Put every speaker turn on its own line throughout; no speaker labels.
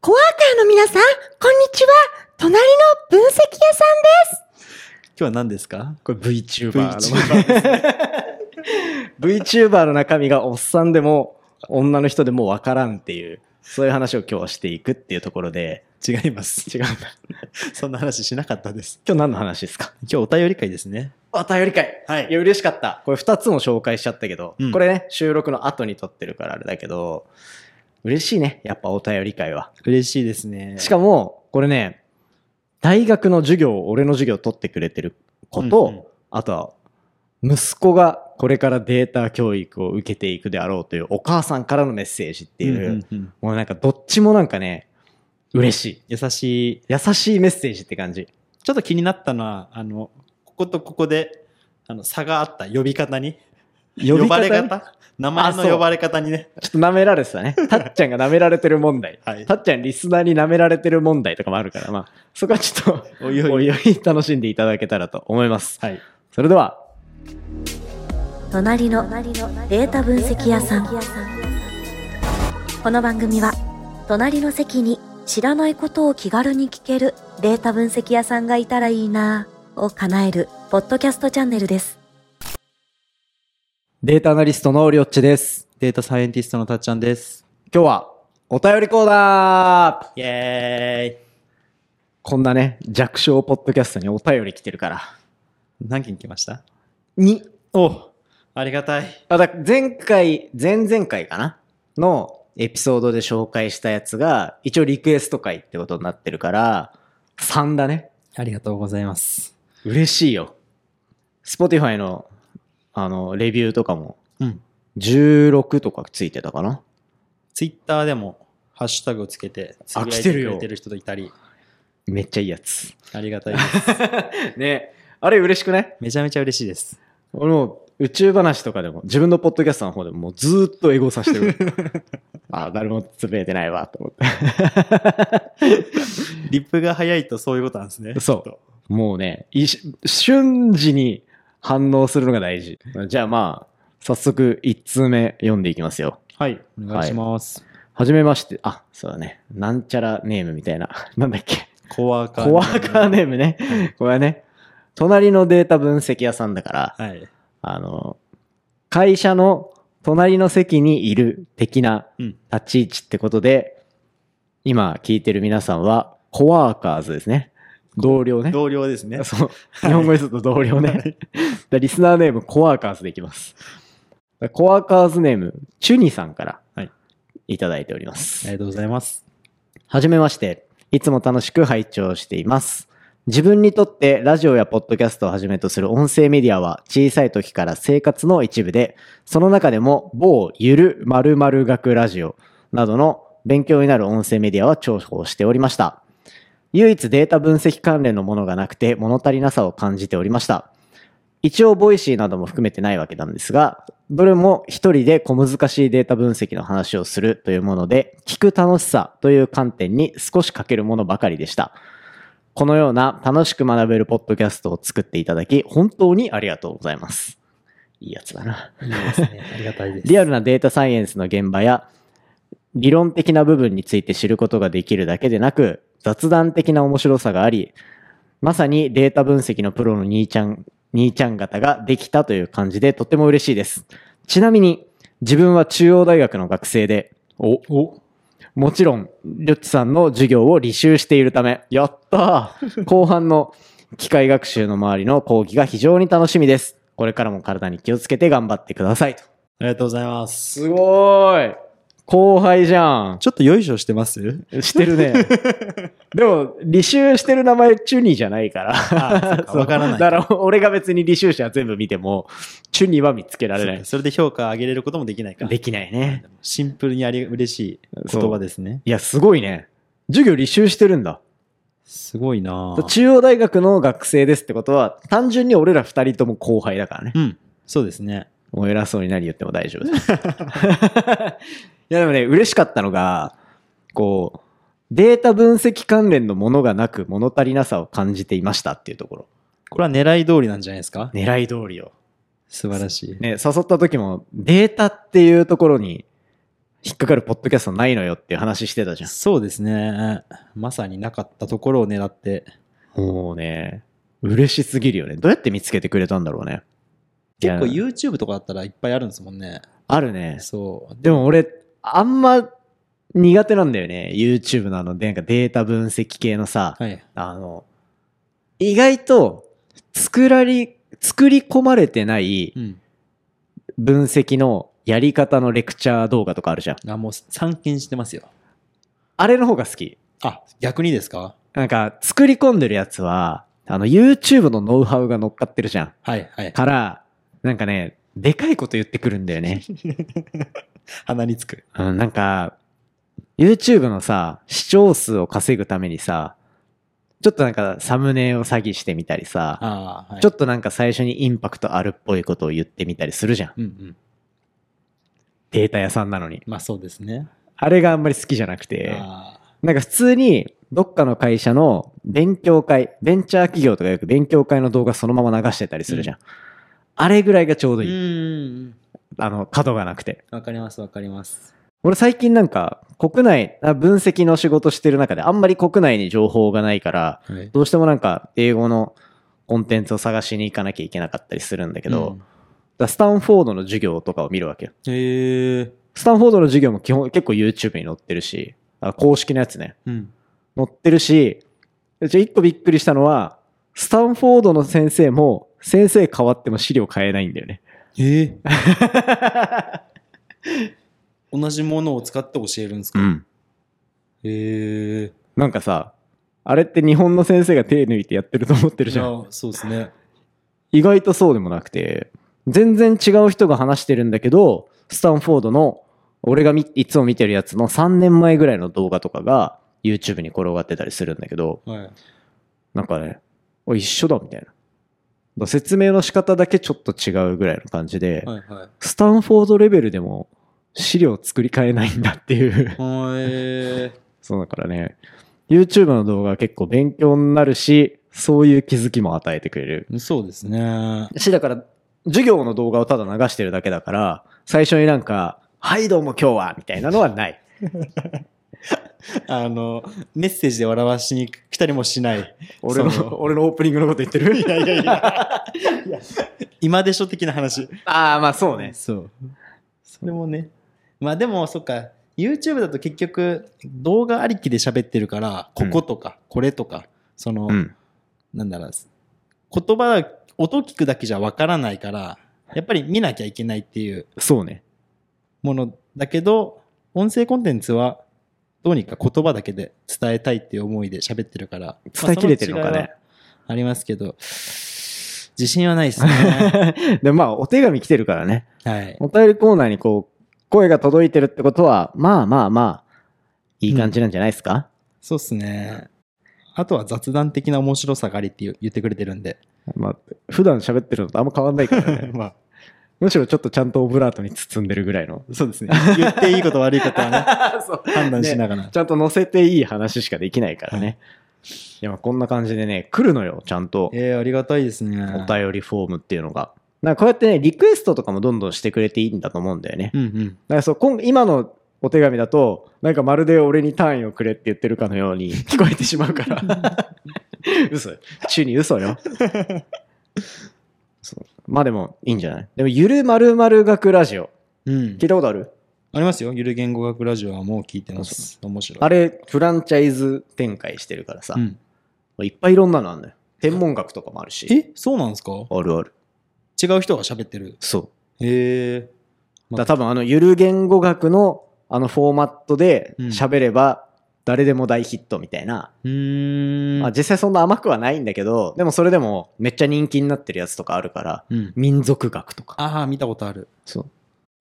コアーカーの皆さん、こんにちは。隣の分析屋さんです。
今日は何ですか
これ VTuber の VTuber の中身がおっさんでも女の人でもわからんっていうそういう話を今日はしていくっていうところで
違います。
違うんだ
そんな話しなかったです。
今日何の話ですか
今日お便り会ですね。
お便り会
はい
や嬉しかったこれ2つも紹介しちゃったけど、
うん
これね収録の後に撮ってるからあれだけど嬉しいねやっぱお便り会は
嬉しいですね。
しかもこれね大学の授業俺の授業を取ってくれてる子と、
うんうん
あとは、息子がこれからデータ教育を受けていくであろうというお母さんからのメッセージっていう、
うんうんうん
もうなんかどっちもなんかね、嬉しい。
優しい。
優しいメッセージって感じ。
ちょっと気になったのは、あの、こことここで、あの、差があった呼び方に。
呼び
ばれ
方
方名前
あそ
の
う
呼ばれ方にね。
ちょっと舐められてたね。たっちゃんが舐められてる問題。
はい
た。っちゃんリスナーに舐められてる問題とかもあるから、まあ、そこはちょっと、
おいおい
おいおい楽しんでいただけたらと思います。
はい。
それでは、
隣のデータ分析屋さん。この番組は、隣の席に知らないことを気軽に聞けるデータ分析屋さんがいたらいいなぁを叶えるポッドキャストチャンネルです。
データアナリストのりょっちです。
データサイエンティストのたっちゃんです。
今日は、お便りコーナー
イェーイ。
こんなね、弱小ポッドキャストにお便り来てるから。
何件来ました
に、
おありがたい。
あだ前回、前々回かなのエピソードで紹介したやつが、一応リクエスト回ってことになってるから、3だね。
ありがとうございます。
嬉しいよ。Spotify の、あの、レビューとかも、
うん。
16とかついてたかな
ツイッターでも、ハッシュタグをつけて、つぶやい
来てる
く
よ
れてる人いたり、
めっちゃいいやつ。
ありがたいです。
ねあれ嬉しくない
めちゃめちゃ嬉しいです。
俺もう宇宙話とかでも自分のポッドキャストの方でももうずーっとエゴさしてる あー誰もつぶやいてないわと思っ
リップが早いとそういうことなんですね。
て そうもうねいし瞬時に反応するのが大事じゃあまあ早速1通目読んでいきますよ
はい、お願いします。
はじめましてあそうだねなんちゃらネームみたいな なんだっけ
コワーカー。
コアカーネームねこれはね隣のデータ分析屋さんだから
はい。
あの、会社の隣の席にいる的な
うん
立ち位置ってことで、今聞いてる皆さんは、コワーカーズですね。同僚ね。
同僚ですね。
そう。日本語にすると同僚ね。でリスナーネーム、コワーカーズでいきます。コワーカーズネーム、チュニさんから
はい
いただいております。
ありがとうございます。
はじめまして。いつも楽しく拝聴しています。自分にとってラジオやポッドキャストをはじめとする音声メディアは小さい時から生活の一部で、その中でも某ゆる〇〇学ラジオなどの勉強になる音声メディアは重宝しておりました。唯一データ分析関連のものがなくて物足りなさを感じておりました。一応ボイシーなども含めてないわけなんですが、どれも一人で小難しいデータ分析の話をするというもので、聞く楽しさという観点に少し欠けるものばかりでした。このような楽しく学べるポッドキャストを作っていただき、本当にありがとうございます。いいやつだな。
いいですね。ありがたいです。
リアルなデータサイエンスの現場や理論的な部分について知ることができるだけでなく、雑談的な面白さがあり、まさにデータ分析のプロの兄ちゃん、兄ちゃん方ができたという感じでとても嬉しいです。ちなみに、自分は中央大学の学生で、お、
お、
もちろん、りょっちさんの授業を履修しているため、やった ー後半の機械学習の周りの講義が非常に楽しみです。これからも体に気をつけて頑張ってくださいと。
ありがとうございます。
すごーい後輩じゃん
ちょっとよいしょしてます
してる ね。でも、履修してる名前、チュニじゃないから。
あそうかわからない
だから、俺が別に履修者全部見ても、チュニは見つけられな
そ。
いう
それで評価上げれることもできないから。
できないね。
シンプルにあり嬉しい言葉ですね。
いや、すごいね。授業履修してるんだ。
すごいなぁ
中央大学の学生ですってことは、単純に俺ら二人とも後輩だからね。
うん。そうですね。
もう偉そうに何言っても大丈夫 です。いや、でもね、嬉しかったのが、こう、データ分析関連のものがなく物足りなさを感じていましたっていうところ。
これは狙い通りなんじゃないですか
狙い通りを。
素晴らしい。
ね、誘った時もデータっていうところに引っかかるポッドキャストないのよっていう話してたじゃん。
そうですね。まさになかったところを狙って。
もうね、嬉しすぎるよね。どうやって見つけてくれたんだろうね。
結構
いや
YouTube とかだったらいっぱいあるんですもんね。
あるね。
そう。
でも俺、あんま苦手なんだよね。YouTube のあの、なんかデータ分析系のさ、
はい。
あの、意外と作られ、作り込まれてない
うん。
分析のやり方のレクチャー動画とかあるじゃん。
あ、もう参見してますよ。
あれの方が好き。
あ、逆にですか
なんか、作り込んでるやつは、あの、YouTube のノウハウが乗っかってるじゃん。
はいはい。
から、なんかね、でかいこと言ってくるんだよね。
鼻につく。
うん、なんか、YouTube のさ、視聴数を稼ぐためにさ、ちょっとなんかサムネを詐欺してみたりさ、
ああ、はい。
ちょ
っ
っとなんか最初にインパクトあるっぽいことを言ってみたりするじゃん。
と。うんうん。
データ屋さんなのに。
まあそうですね。
あれがあんまり好きじゃなくて、
ああ
なんか普通にどっかの会社の勉強会、ベンチャー企業とかよく勉強会の動画そのまま流してたりするじゃん。あれぐらいがちょうど
う
いい。
ーん。
あの、角がなくて。
わかりますわかります。
俺最近なんか国内、あ分析の仕事してる中であんまり国内に情報がないから、
はい。
どうしてもなんか英語のコンテンツを探しに行かなきゃいけなかったりするんだけど、だからスタンフォードの授業とかを見るわけよ。
うん、へえ。
スタンフォードの授業も基本結構 YouTube に載ってるし、あ公式のやつね。
うん。
載ってるし、じゃあ一個びっくりしたのは、スタンフォードの先生も、先生変わっても資料変えないんだよね。
ええ。 同じものを使って教えるんですか、
ん。
へえ。
なんかさ、あれって日本の先生が手抜いてやってると思ってるじゃん。
あそうですね。
意外とそうでもなくて、全然違う人が話してるんだけど、スタンフォードの、俺がみいつも見てるやつの3年前ぐらいの動画とかが YouTube に転がってたりするんだけど、
はい。
なんかね、お一緒だみたいな。だから説明の仕方だけちょっと違うぐらいの感じで、
はいはい。
スタンフォードレベルでも資料を作り変えないんだって いう。
へえ。
そうだからね、YouTube の動画は結構勉強になるし、そういう気づきも与えてくれる。
そうですね。
し、だから、授業の動画をただ流してるだけだから、最初になんか、はいどうも今日はみたいなのはない。
あの、メッセージで笑わしに来たりもしない。
俺の
そ、う
俺のオープニングのこと言って る
いやいや。今でしょ的な話。
ああ、まあそうね。
そう。それもね。まあでも、そっか。YouTube だと結局動画ありきで喋ってるから、こことか、これとか、その、
うん。
なんだろう、言葉、音聞くだけじゃわからないから、やっぱり見なきゃいけないっていう
そうね。
ものだけど、音声コンテンツはどうにか言葉だけで伝えたいっていう思いで喋ってるから、
伝えきれてるのかね
まあそ違いはありますけど、自信はないですね。
で、まあお手紙来てるからね。
はい。
お便りコーナーにこう、声が届いてるってことは、まあまあまあ、いい感じなんじゃないですか、
そうっすね。あとは雑談的な面白さがありって言う言ってくれてるんで。
まあ、普段喋ってるのとあんま変わんないから ね。
まあ、
むしろちょっとちゃんとオブラートに包んでるぐらいの。
そうですね。言っていいこと悪いことはね、
そう
判断しながら。
ちゃんと載せていい話しかできないからね。いや、まあこんな感じでね、来るのよ、ちゃんと。
えー、ありがたいですね。
お便りフォームっていうのが。なんかこうやってね、リクエストとかもどんどんしてくれていいんだと思うんだよね。
うんうん。
だからそう今今のお手紙だと、なんかまるで俺に単位をくれって言ってるかのよう に聞こえてしまうから。嘘中に嘘よ。 そうまあでもいいんじゃないでも、ゆるまるまる学ラジオ。
うん
聞いたことある
ありますよ。ゆる言語学ラジオはもう聞いてます。面白い。
あれ、フランチャイズ展開してるからさ
う、ん、
いっぱいいろんなのあるのよ。天文学とかもあるし。
えそうなんですか
あるある。
違う人が喋ってる。
そ
へえ。
う。だから多分あの、ゆる言語学のあのフォーマットで
うん
喋れば、誰でも大ヒットみたいな。
うーん。
まあ実際そんな甘くはないんだけど、でもそれでもめっちゃ人気になってるやつとかあるから、
うん、
民族学とか。
ああ、見たことある。
そう。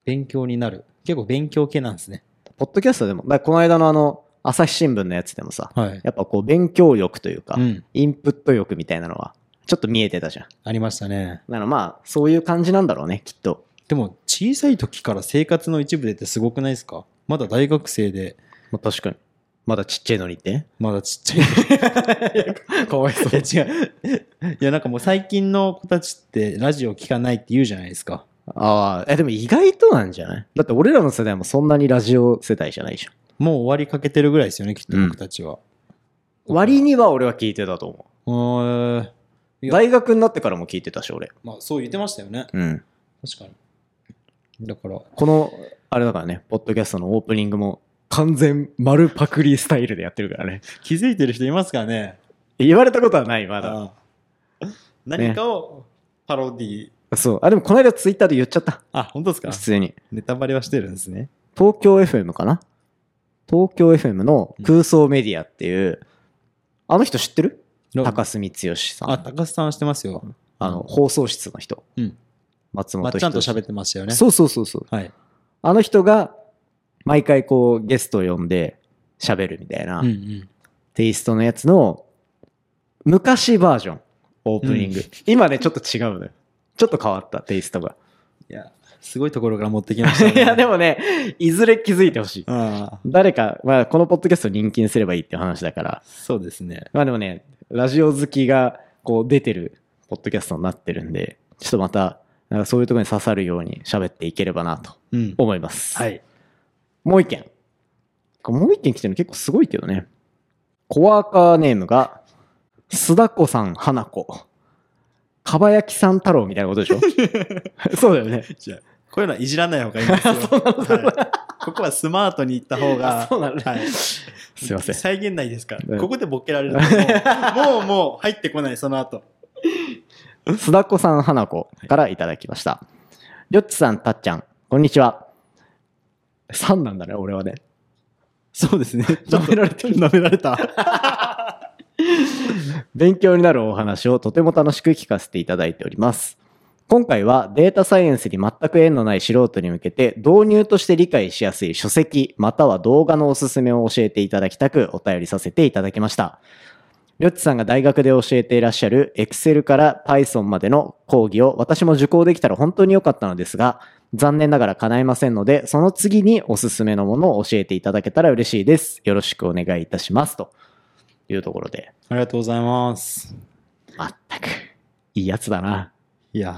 勉強になる。結構勉強系なんですね。
ポッドキャストでも、だからこの間のあの、朝日新聞のやつでもさ、
はい。
やっぱこう勉強欲というか、
うん。
インプット欲みたいなのは、ちょっと見えてたじゃん。
ありましたね。
なのまあ、そういう感じなんだろうね、きっと。
でも、小さい時から生活の一部でってすごくないですかまだ大学生で、
まあ、確かに。まだちっちゃいのにって。
まだちっちゃい。
かわいそ
いや、違う。いや、なんかもう最近の子たちってラジオ聞かないって言うじゃないですか。
ああ、え、でも意外となんじゃないだって俺らの世代もそんなにラジオ世代じゃないでしょ。
もう終わりかけてるぐらいですよね、きっと
うん
僕たちは。
割には俺は聞いてたと思。
うーん。いうや
大学になってからも聞いてたし、俺。
まあ、そう言ってましたよね。
うん。
確かに。だから、
この、あれだからね、ポッドキャストのオープニングも完全丸パクリスタイルでやってるからね。
気づいてる人いますかね
言われたことはない、まだ。
うん何かをパロディ
そう。あ、でもこの間ツイッターで言っちゃった。
あ、本当ですか
普通に。
ネタバレはしてるんですね。
東京 FM かな東京 FM の空想メディアっていう、あの人知ってる高須光義さん。
あ、高須さんはしてますよ。
あの、放送室の人。
うん
松
ま
本
あ、
人
ちゃんと喋ってましたよね。
そうそうそうそう。
はい。
あの人が、毎回こう、ゲストを呼んで喋るみたいな、
うんうん。
テイストのやつの、昔バージョン、オープニング。
うん
今ね、ちょっと違うのよ。ちょっと変わった、テイストが。
いや、すごいところから持ってきました、ね。
いや、でもね、いずれ気づいてほしい。
ああ、
誰か、まあ、このポッドキャストを人気にすればいいっていう話だから。
そうですね。
まあでもね、ラジオ好きがこう出てるポッドキャストになってるんで、ちょっとまた、なんかそういうところに刺さるように喋っていければなと
うん。
思います。
はい。
もう一件。これもう一件来てるの結構すごいけどね。コワーカーネームが、須田子さん、花子。かばやきさん太郎みたいなことで しょそうだよね。
じゃあ、こういうのはいじらない方がいいんで すよ。はいここはスマートに行った方が。
そうなんだ
はい。
すいません。
再現ないですか
う
ら。
ん
ここでボケられる ともう、もうもう入ってこない、その後。
須田子さん、花子からいただきました。りょっちさん、たっちゃん、こんにちは。さんなんだね、俺はね。
そう ですね。
舐められてる
舐められた。
勉強になるお話をとても楽しく聞かせていただいております。今回はデータサイエンスに全く縁のない素人に向けて導入として理解しやすい書籍または動画のおすすめを教えていただきたくお便りさせていただきました。りょっちさんが大学で教えていらっしゃる Excel から Python までの講義を私も受講できたら本当に良かったのですが残念ながら叶いませんのでその次におすすめのものを教えていただけたら嬉しいです。よろしくお願いいたします。というところで
ありがとうございます。
まったく。いいやつだな。
いや、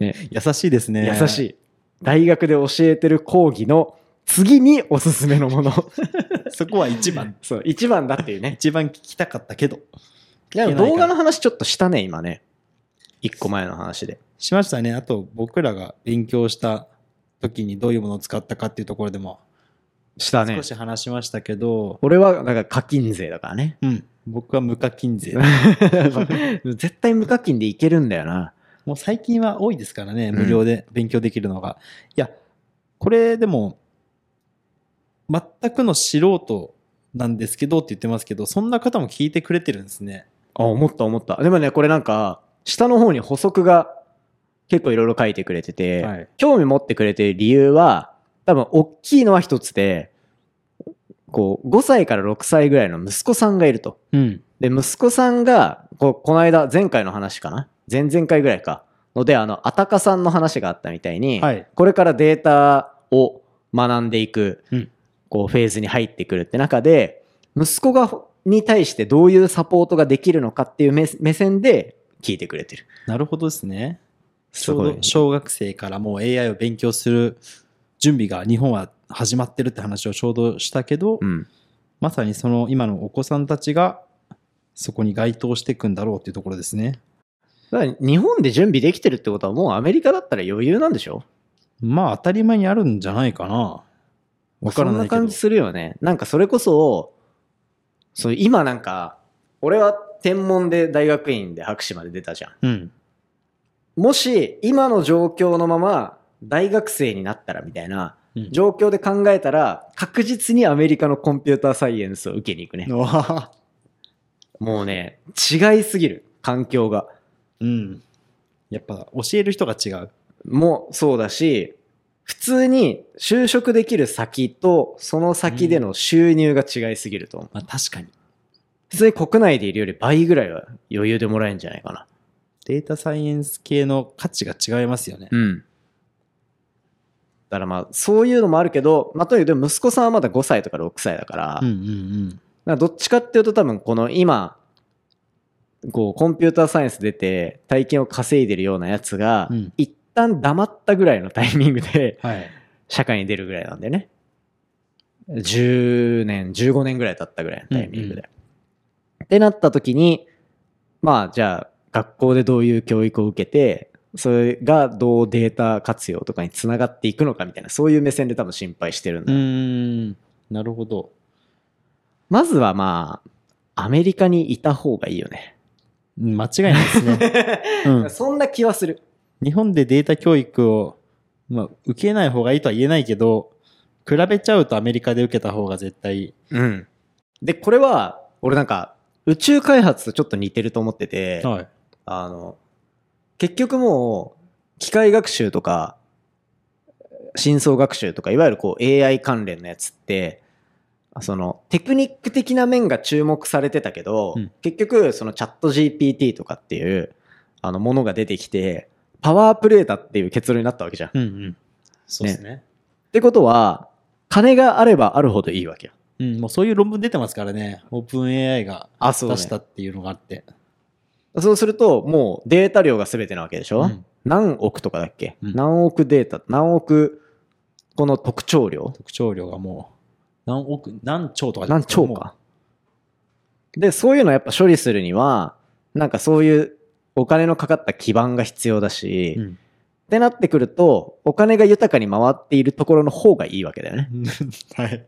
ね、
優しいですね。
優しい。大学で教えてる講義の次におすすめのも の。
そこは一番。
そう、一番だっていうね。
一番聞きたかったけど。
でも
聞けないから
動画の話ちょっとしたね、今ね。一個前の話で。
しましたね。あと、僕らが勉強した時にどういうものを使ったかっていうところでも
したね
少。し話しましたけど、
俺は、なんか課金税だから ね。
うん。僕は無課金税。
絶対無課金でいけるんだよな。
もう最近は多いですからね、
ん
無料で勉強できるのが。いや、これでも、全くの素人なんですけどって言ってますけど、そんな方も聞いてくれてるんですね。
あ、思った思った。でもね、これなんか、下の方に補足が結構いろいろ書いてくれてて、
はい
興味持ってくれてる理由は、多分大きいのは一つで、こう、5歳から6歳ぐらいの息子さんがいると。
うん。
で、息子さんが、こう、この間、前回の話かな前々回ぐらいか。ので、あの、アタカさんの話があったみたいに、
はい。
これからデータを学んでいく、
うん
こうフェーズに入ってくるって中で息子がに対してどういうサポートができるのかっていう目目線で聞いてくれてる
なるほどですね。ち
す
ょ
ご
う
い
ど小学生からもう AI を勉強する準備が日本は始まってるって話をちょうどしたけど、
うん、
まさにその今のお子さんたちがそこに該当していくんだろうっていうところですね。
だから日本で準備できてるってことはもうアメリカだったら余裕なんでしょ
まあ当たり前にあるんじゃないかな。わから
そん
な
ない
けど
感じ。するよねなんかそれこそそう今なんか俺は天文で大学院で博士まで出たじゃん
うん。
もし今の状況のまま大学生になったらみたいな
うん
状況で考えたら確実にアメリカのコンピューターサイエンスを受けに行くね。
わあ
もうね、違いすぎる。環境が。
うん。やっぱ教える人が違う。
もそうだし、普通に就職できる先とその先での収入が違いすぎると思う。
まあ確かに。
普通に国内でいるより倍ぐらいは余裕でもらえるんじゃないかな。
データサイエンス系の価値が違いますよね。
うん。だからまあ、そういうのもあるけど、まあとにかく息子さんはまだ5歳とか6歳だから、
んうん
なんかどっちかっていうと多分この今こうコンピューターサイエンス出て大金を稼いでるようなやつが
うん
一旦黙ったぐらいのタイミングで
はい。
社会に出るぐらいなんだよね。10年、15年ぐらい経ったぐらいのタイミングで。ってなった時に、まあじゃあ学校でどういう教育を受けて、それがどうデータ活用とかにつながっていくのかみたいな、そういう目線で多分心配してるんだ
う
よ
ーん。なるほど。
まずはまあ、アメリカにいた方がいいよね。
うん間違いないですね。 うん。
そんな気はする。
日本でデータ教育を、まあ、受けない方がいいとは言えないけど、比べちゃうとアメリカで受けた方が絶対。
うん。で、これは、俺なんか、宇宙開発とちょっと似てると思ってて、
はい。
あの、結局もう、機械学習とか、深層学習とか、いわゆるこう AI 関連のやつって、そのテクニック的な面が注目されてたけど、
うん
結局そのチャット GPT とかっていうあのものが出てきて、パワープレーだっていう結論になったわけじゃん。っ
うんうん。そうですね。
てことは、金があればあるほどいいわけよ。
うん、もうそういう論文出てますからね。オープン AI が
あ、そ
出したっていうのがあって。
そうすると、もうデータ量が全てなわけでしょ、
うん
何億とかだっけ、
うん
何億データ、何億、この特徴量
特徴量がもう、何億、何兆とか
何兆か。で、そういうのやっぱ処理するには、なんかそういうお金のかかった基盤が必要だし、
う
っ
ん
てなってくると、お金が豊かに回っているところの方がいいわけだよね。
うんはい。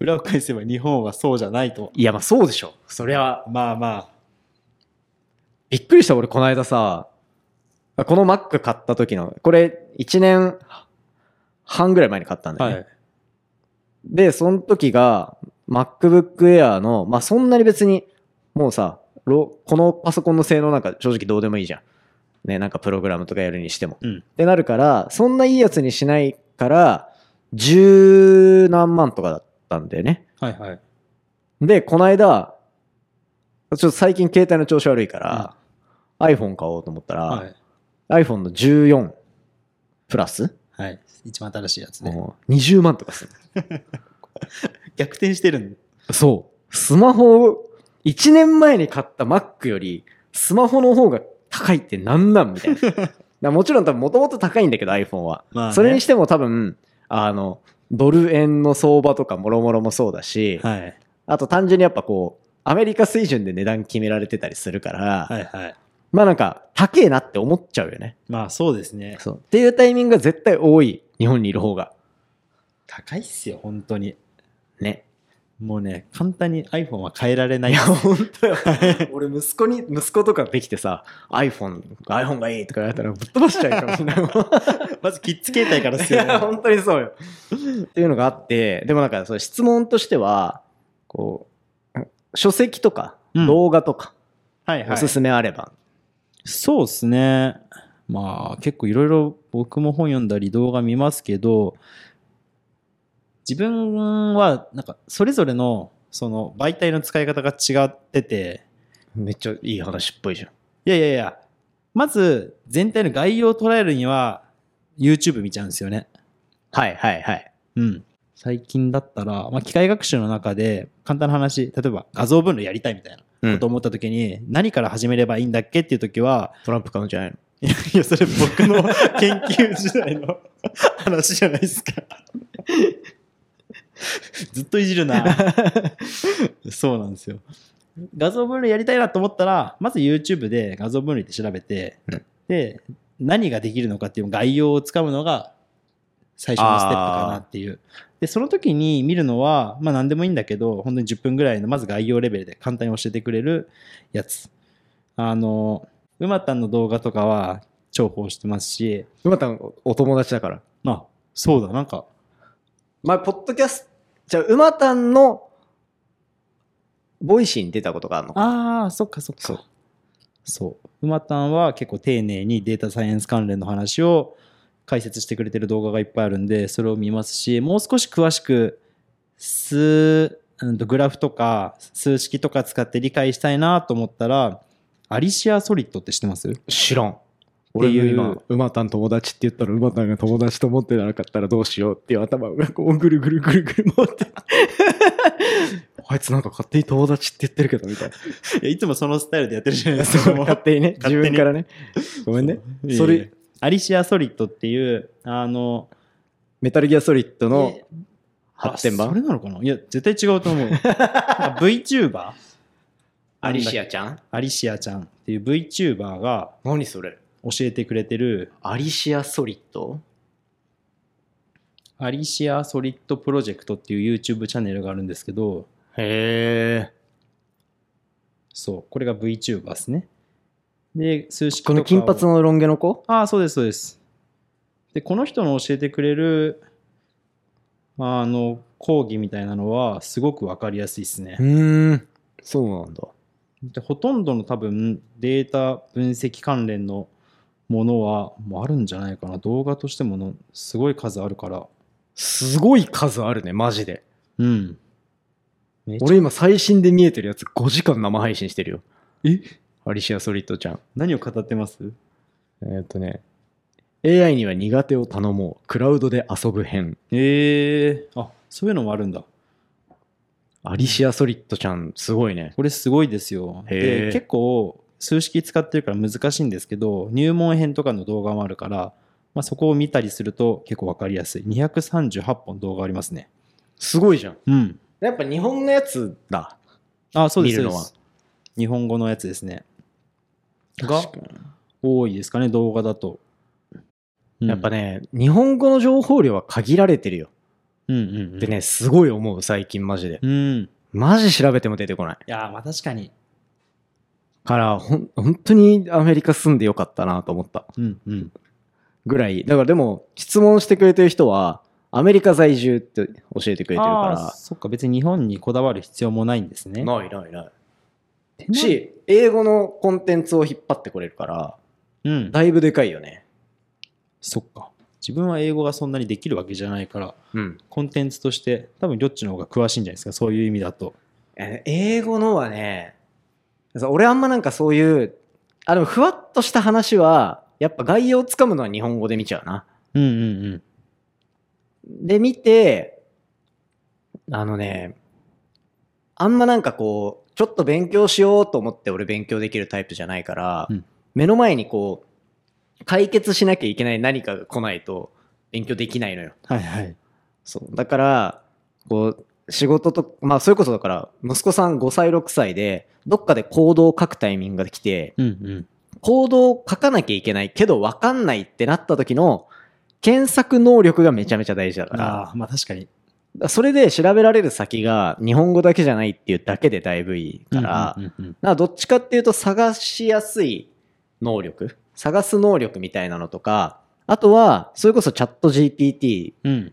裏を返せば日本はそうじゃないと。
いや、まあそうでしょ。それは
まあま
びっくりした、俺、この間さ、この Mac 買った時の、これ、1年半ぐらい前に買ったん
あ。
だよね。。で、その時が、MacBook Air の、まあ、そんなに別に、もうさ、ろこのパソコンの性能なんか正直どうでもいいじゃん。ね、なんかプログラムとかやるにしても。
うん
ってなるから、そんないいやつにしないから、十何万とかだったんだよね。
はいはい。
で、この間、ちょっと最近携帯の調子悪いから、iPhone 買おうと思ったら、
はい。
iPhone の14プラス、
はい。一番新しいやつね。
もう20万とかする。
逆転してるん
そう。スマホを、1年前に買った Mac より、スマホの方が高いってなんなんみたい な。だからもちろん多分もともと高いんだけど iPhone は。
まあね
それにしても多分、あの、ドル円の相場とかもろもろもそうだし、
はい。
あと単純にやっぱこう、アメリカ水準で値段決められてたりするから、
はいはい。
まあなんか、高えなって思っちゃうよね。
まあそうですね。
そう。っていうタイミングが絶対多い。日本にいる方が。
高いっすよ、本当に。
ね。
もうね、簡単に iPhone は変えられないい。
や、本当よ。俺、息子に、息子とかできてさ、iPhone、iPhone がいいとか言われたらぶっ飛ばしちゃうかもし れないもん。
まずキッズ携帯からっす
い
よ、
や、
ね。
本当にそうよ。っていうのがあって、でもなんか、その質問としては、こう、書籍とか、
うん
動画とか、
はいは
お
い
す。すめあれば。
そうですね。まあ結構いろいろ僕も本読んだり動画見ますけど、自分はなんかそれぞれのその媒体の使い方が違ってて、
めっちゃいい話っぽいじゃん。
いやいやいや、まず全体の概要を捉えるには YouTube 見ちゃうんですよね。
はいはいはい。
うん。最近だったら、まあ、機械学習の中で簡単な話、例えば画像分類やりたいみたいな
う
こ
ん
と、思った時に、何から始めればいいんだっけっていう時は、
トランプ買うんじゃないの
いやいや、それ僕の研究時代の話じゃな いですか。ずっといじ るな。そうなんですよ。画像分類やりたいなと思ったら、まず YouTube で画像分類って調べて、
うん
で、何ができるのかっていう概要をつかむのが最初のステップかなっていう。で、その時に見るのは、まあ何でもいいんだけど、本当に10分ぐらいの、まず概要レベルで簡単に教えてくれるやつ。あの、うまたんの動画とかは重宝してますし、
うまたんお友達だから。
まあ、そうだ、なんか、
まあ、ポッドキャスト、じゃあ、うまたんの、ボイシーに出たことがあるのか。
ああ、そっかそっか。
そう
そう。うまたんは結構丁寧にデータサイエンス関連の話を解説してくれてる動画がいっぱいあるんで、それを見ますし、もう少し詳しく、数、うんとグラフとか数式とか使って理解したいなと思ったら、アリシアソリッドって知ってます
知らん。
俺
俺
も今
今、馬たん友達って言ったら、馬たんが友達と思ってなかったらどうしようっていう頭がこうぐるぐるぐるぐる回 って。あいつなんか勝手に友達って言ってるけど、みたい な。
いやいつもそのスタイルでやってるじゃないですか。
そう勝手にね、自
勝手
分
に
からね。ごめんね。
いえいえ
それ、
アリシア・ソリッドっていう、あの、
メタルギアソリッドの
え
発展
あそれ
版
なのかないや、絶対違うと思 う。なんか VTuber?
アリシアちゃん
アリシアちゃんっていう VTuber が
何それ
教えてくれてる、
アリシアソリッド
アリシア・ソリッドプロジェクトっていう YouTube チャンネルがあるんですけど、
へえ
そう、これが VTuber ですね。で、数式
こと
か
の
を
金髪のロン毛の子
ああ、そうです、そうです。で、この人の教えてくれる、あの、講義みたいなのは、すごくわかりやすいですね。
んそうなんだ
でほとんどの多分、データ分析関連のものは、もうあるんじゃないかな。動画としてもの、すごい数あるから。
すごい数あるねマジで
うん。めちゃ
俺今最新で見えてるやつ5時間生配信してるよ
え
アリシアソリッドちゃん
何を語ってます
えーっとね AI には苦手を頼もうクラウドで遊ぶ編
えー、あ、そういうのもあるんだ。
アリシアソリッドちゃんすごいね
これすごいですよ。
へ
で
ー
結構数式使ってるから難しいんですけど入門編とかの動画もあるから、まあ、そこを見たりすると結構わかりやすい238本動画ありますね。
すごいじゃん
うん。
やっぱ日本のやつだ
あそうです
見るの
そうで
は
す。日本語のやつですね。が
確かに
多いですかね動画だと。うん
やっぱ。ね、日本語の情報量は限られてるよ。
うんうん、うん。
で。ね、すごい思う、最近マジで。
うん。い
マジ調べても出てこない。
やーまあ確かに。
から、ほん、本当にアメリカ住んでよかったなと思った。
うんうん。
ぐらい。だからでも、質問してくれてる人は、アメリカ在住って教えてくれてる
ああー
か
そっか別に日本にこだわる必要もないんですね
ら。。ないないな
て
い。
な
し、英語のコンテンツを引っ張ってこれるから、
うん。
だいぶでかいよね。
そっか。自分は英語がそんなにできるわけじゃないから。
うん。
コンテンツとして多分りょっちの方が詳しいんじゃないですかそういう意味だと
え英語のはね、そう俺あんまなんかそういう、あ、でもふわっとした話は、やっぱ概要をつかむのは日本語で見ちゃうな。
うんうんうん
で、見て、あのね、あんまなんかこう、ちょっと勉強しようと思って俺勉強できるタイプじゃないから、
うん
目の前にこう、解決しなきゃいけない何かが来ないと勉強できないのよ。
はいはい
そう。だから、こう、仕事と、まあそれこそだから、息子さん5歳6歳で、どっかで行動を書くタイミングが来て、
うんうん
行動を書かなきゃいけないけど分かんないってなった時の、検索能力がめちゃめちゃ大事だから、
ああまあ確かに
それで調べられる先が日本語だけじゃないっていうだけでだいぶいいから、
うんうんうん
なんかどっちかっていうと探しやすい能力、探す能力みたいなのとか、あとは、それこそチャット GPT、
うん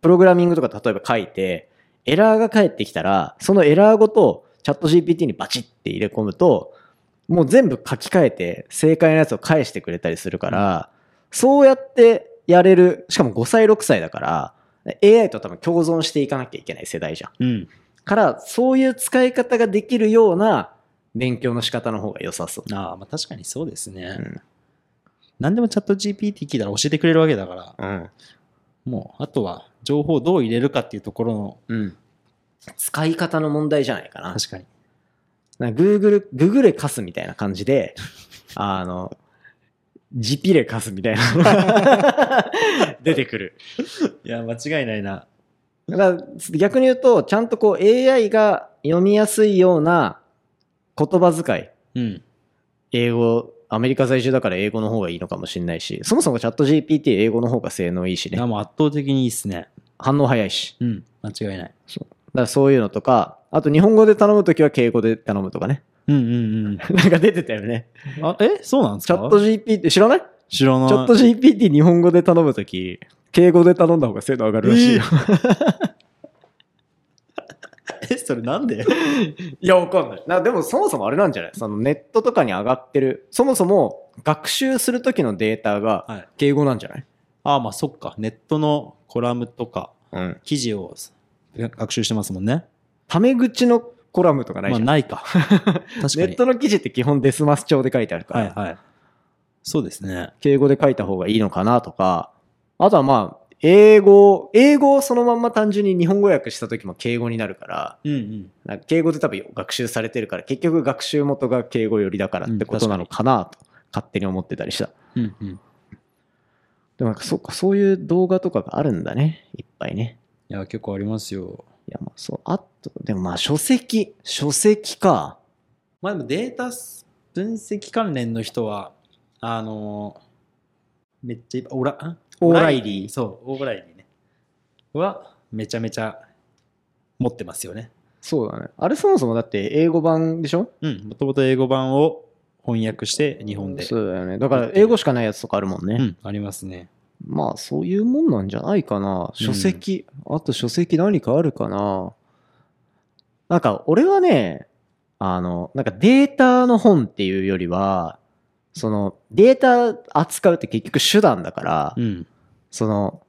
プログラミングとか例えば書いて、エラーが返ってきたら、そのエラーごとチャット GPT にバチって入れ込むと、もう全部書き換えて正解のやつを返してくれたりするから、そうやってやれる、しかも5歳6歳だから、AI と多分共存していかなきゃいけない世代じゃん。
うん
から、そういう使い方ができるような勉強の仕方の方が良さそう。
ああまあ確かにそうですね、
うん
何でもチャット GPT 聞いたら教えてくれるわけだから
うん。
もうあとは情報をどう入れるかっていうところの
うん。使い方の問題じゃないかな。
確かに
なんか Google、Google で貸すみたいな感じ で、あの、ジピレ貸すみたいなの が出てくる。
いや間違いないな
だから逆に言うと、ちゃんとこう AI が読みやすいような言葉遣い。
うん
英語、アメリカ在住だから英語の方がいいのかもしれないし、そもそもチャット GPT 英語の方が性能いいし
い
ね
や。もう圧倒的にいいっすね
反応早いし。
うん間違いな
だ
い
からそういうのとか、あと日本語で頼むときは敬語で頼むとかね。
うんうんう
な
ん
んか出てたよね。
あえそうなんです
チ
か
ャット GPT、知らない
知らない
チャット GPT 日本語で頼むとき、敬語で頼んだ方が精度上がるらしいよ。
えそれなんで
いや、わかんない。なでもそもそもあれなんじゃないそのネットとかに上がってる、そもそも学習するときのデータが
はい
敬語なんじゃない、
ああまあそっかネットのコラムとか
うん。
記事を学習してますもんね。
タメ口のコラムとかない
ま
じ
あ
ゃん。
ない か。確か
ネ
に。
ットの記事って基本デスマス調で書いてあるから、
はいはい。そうですね。
敬語で書いた方がいいのかなとか、あとはまあ、英語、英語をそのまんま単純に日本語訳した時も敬語になるから、
うんうん。
なんか敬語で多分学習されてるから結局学習元が敬語寄りだからってことなのかなと勝手に思ってたりした。
うんうん、
でもなんかそっか、そういう動画とかがあるんだね。いっぱいね。
いや、結構ありますよ。
いや、まあそう。あと、でもまあ書籍、書籍か。
まあでもデータ分析関連の人は、あのーめっちゃいっぱい、オラ、ん
オーライリー
そう、オーライリーね。は、めちゃめちゃ持ってますよね。
そうだね。あれそもそもだって英語版でしょ
うん、もともと英語版を翻訳して日本で。
そうだよね。だから英語しかないやつとかあるもんね。
うん、ありますね。
まあそういうもんなんじゃないかな。書籍、あと書籍何かあるかな。なんか俺はね、あの、なんかデータの本っていうよりは、そのデータ扱うって結局手段だから、
うん。
その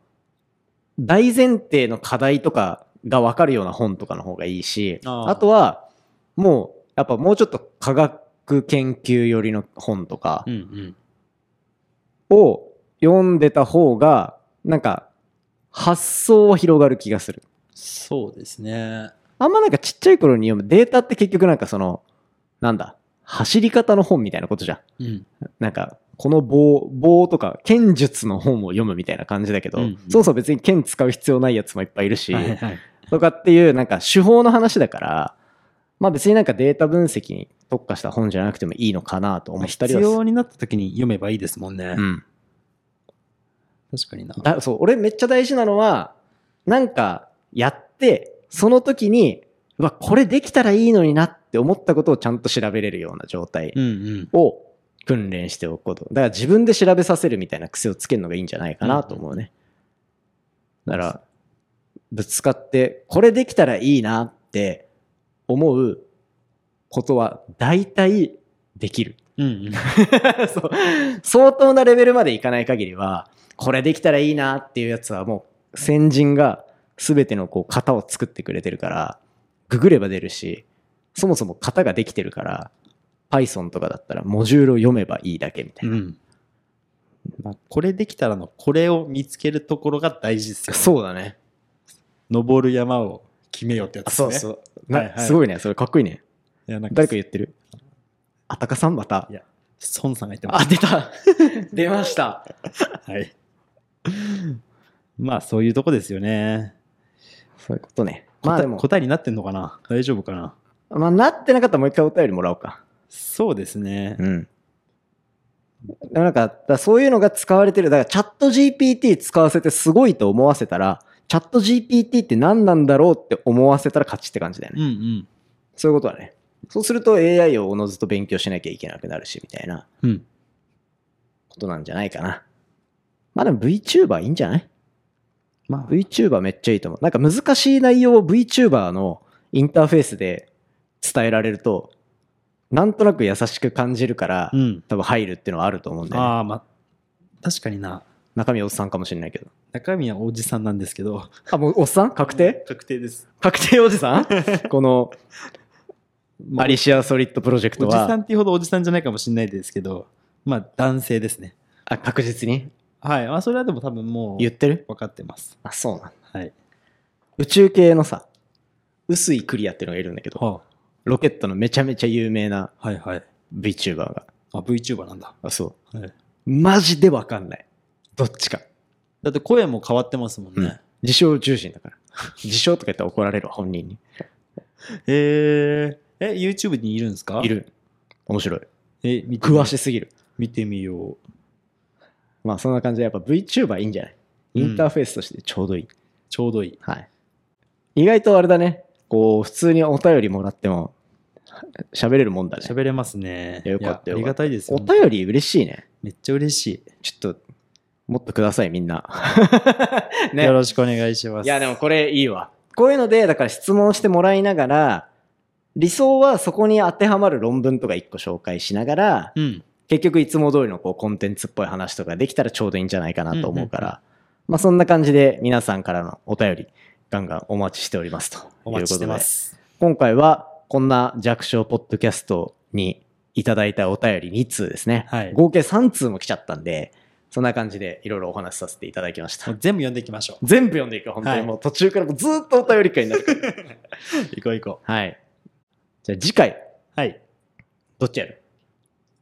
大前提の課題とかが分かるような本とかの方がいいし、
あー
あとはもうやっぱもうちょっと科学研究寄りの本とか、
うんうん。
を読んでた方がなんか発想は広がる気がする
そうですね。
あんまなんかちっちゃい頃に読むデータって結局なんかそのなんだ走り方の本みたいなことじゃん
うん。
なんかこの棒棒とか剣術の本を読むみたいな感じだけど、
うんうん
そうそう別に剣使う必要ないやつもいっぱいいるし、
はいはい。
とかっていうなんか手法の話だからまあ別になんかデータ分析に特化した本じゃなくてもいいのかなと思った
必
りはする
要になった時に読めばいいですもんね。
うん
確かにな。
だそう俺めっちゃ大事なのはなんかやってその時にうわこれできたらいいのになって思ったことをちゃんと調べれるような状態
うんうん。
を訓練しておくことだから自分で調べさせるみたいな癖をつけるのがいいんじゃないかなと思うね、だからぶつかってこれできたらいいなって思うことは大体できる
うんうん。
そう相当なレベルまでいかない限りはこれできたらいいなっていうやつはもう先人が全てのこう型を作ってくれてるからググれば出るしそもそも型ができてるから Python とかだったらモジュールを読めばいいだけみたいな、
まあ、これできたらのこれを見つけるところが大事ですよ、ね。
そうだね
登る山を決めようってやつです
そ
ね。
うそうう、な
はいはい
すごいねそれかっこいいね
いやなん
誰
か
か言ってるあたかさんまた
いや孫さんが言ってま
あ
す。
出た出ました
はい。まあそういうとこですよね。
そういうことね
ま
ま
あ
あでも、
答えになってんのかな大丈夫かな
まあ、なってなかったらもう一回お便りもらおうか
そうですね。
うん。なんか、だからそういうのが使われてる。だから、チャット GPT 使わせてすごいと思わせたら、チャット GPT って何なんだろうって思わせたら勝ちって感じだよ
うん
ね。
うん。
そういうことだね。そうすると AI をおのずと勉強しなきゃいけなくなるし、みたいな
うん。
ことなんじゃないかな。まあでも VTuber いいんじゃない
まあ、
?VTuber めっちゃいいと思う。なんか難しい内容を VTuber のインターフェースで伝えられると、なんとなく優しく感じるから、
うん。
多分入るっていうのはあると思うんだよね。
ああ、まあ、確かにな。
中身おっさんかもしれないけど。
中身はおじさんなんですけど。
あ、もうおっさん確定
確定です。
確定おじ さんこの
まあ
アリシアソリッドプロジェク
お
ト
じさん
は、
っていうほどおじさんじゃないかもしれないですけど、まあ男性ですね。
あ、確実に
はい。まあそれはでも多分も
言っ
う
てる
分かってます。
あ、そうなんだ。
はい。
宇宙系のさ、薄いクリアっていうのがいるんだけど、
は
ロケットのめちゃめちゃ有名な
あ、はいはい。
VTuber が。
あ、VTuber なんだ。
あ、そ
はい、
う。マジでわかんない。どっちか。
だって声も変わってますもんね。
自称宇宙人だから。 自称とか言ったら怒られるわ本人に。
へえ。え、YouTube にいるんですか
い。る。面白い。
え、見てみよう
詳しすぎる。
見てみよう。
まあそんな感じでやっぱ VTuber いいんじゃないインターフェースとしてちょうどいい。
ちょうどいい。
はい。意外とあれだね。こう、普通にお便りもらっても、喋れるもんだね。
喋れますね。
よかったよかった
いやありがたいですよ。
お便り嬉しいね。
めっちゃ嬉しい。
ちょっと、もっとください、みんな。 ね
よろしくお願いします。
いや、でもこれいいわ。こういうので、だから質問してもらいながら、理想はそこに当てはまる論文とか一個紹介しながら、
うん。
結局いつも通りのこうコンテンツっぽい話とかできたらちょうどいいんじゃないかなと思うから、まあそんな感じで皆さんからのお便り、ガンガンお待ちしておりますということで。
お待ちしてます。
今回はこんな弱小ポッドキャストにいただいたお便り2通ですね、
はい
合計3通も来ちゃったんでそんな感じでいろいろお話しさせていただきまし
も
た
う全部読んでいきましょう。
全部読んでいく本当
は
に
い
もう途中からもうずーっとお便り会になる から
行こう行こ
はいじゃあ次回
う。はい。
どっちやる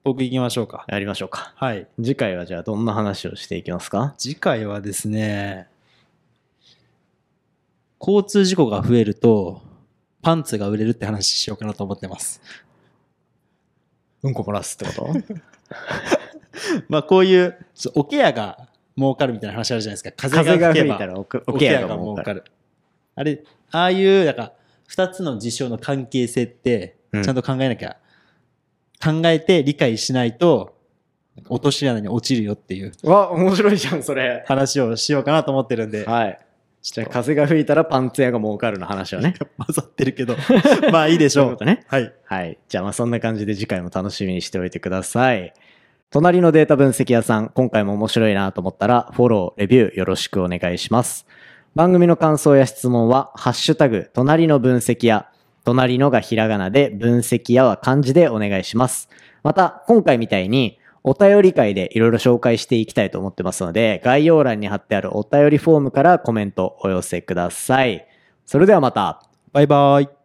僕行きましょうか。
やりましょうか。
はい。
次回はじゃあどんな話をしていきますか
次回はですね、交通事故が増えると、パンツが売れるって話しようかなと思ってます。
うんこ漏らすってこと
まあこういう、そうおケアが儲かるみたいな話あるじゃないですか。風
風
が
が吹
吹け
い
ば
た。らおく
お
お
ケ
ケ
ア
ア
が
が
儲
儲
か
かる。
る。あれ、ああいう、なんか、二つの事象の関係性って、
うん
ちゃんと考えなきゃ、考えて理解しないと、落とし穴に落ちるよっていう
わ、面白いじゃん、それ。
話をしようかなと思ってるんで、
はい。じゃあ風が吹いたらパンツ屋が儲かるの話をね。
混ざってる けど、まあいいでし
そういうこ
ょう
と。ね。
はい。
はい。じゃあまあそんな感じで次回も楽しみにしておいてください。隣のデータ分析屋さん、今回も面白いなと思ったら、フォロー、レビューよろしくお願いします。番組の感想や質問は、ハッシュタグ、隣の分析屋、隣のがひらがなで、分析屋は漢字でお願いします。また、今回みたいに、お便り会でいろいろ紹介していきたいと思ってますので、概要欄に貼ってあるお便りフォームからコメントお寄せください。それではまた。
バイバイ。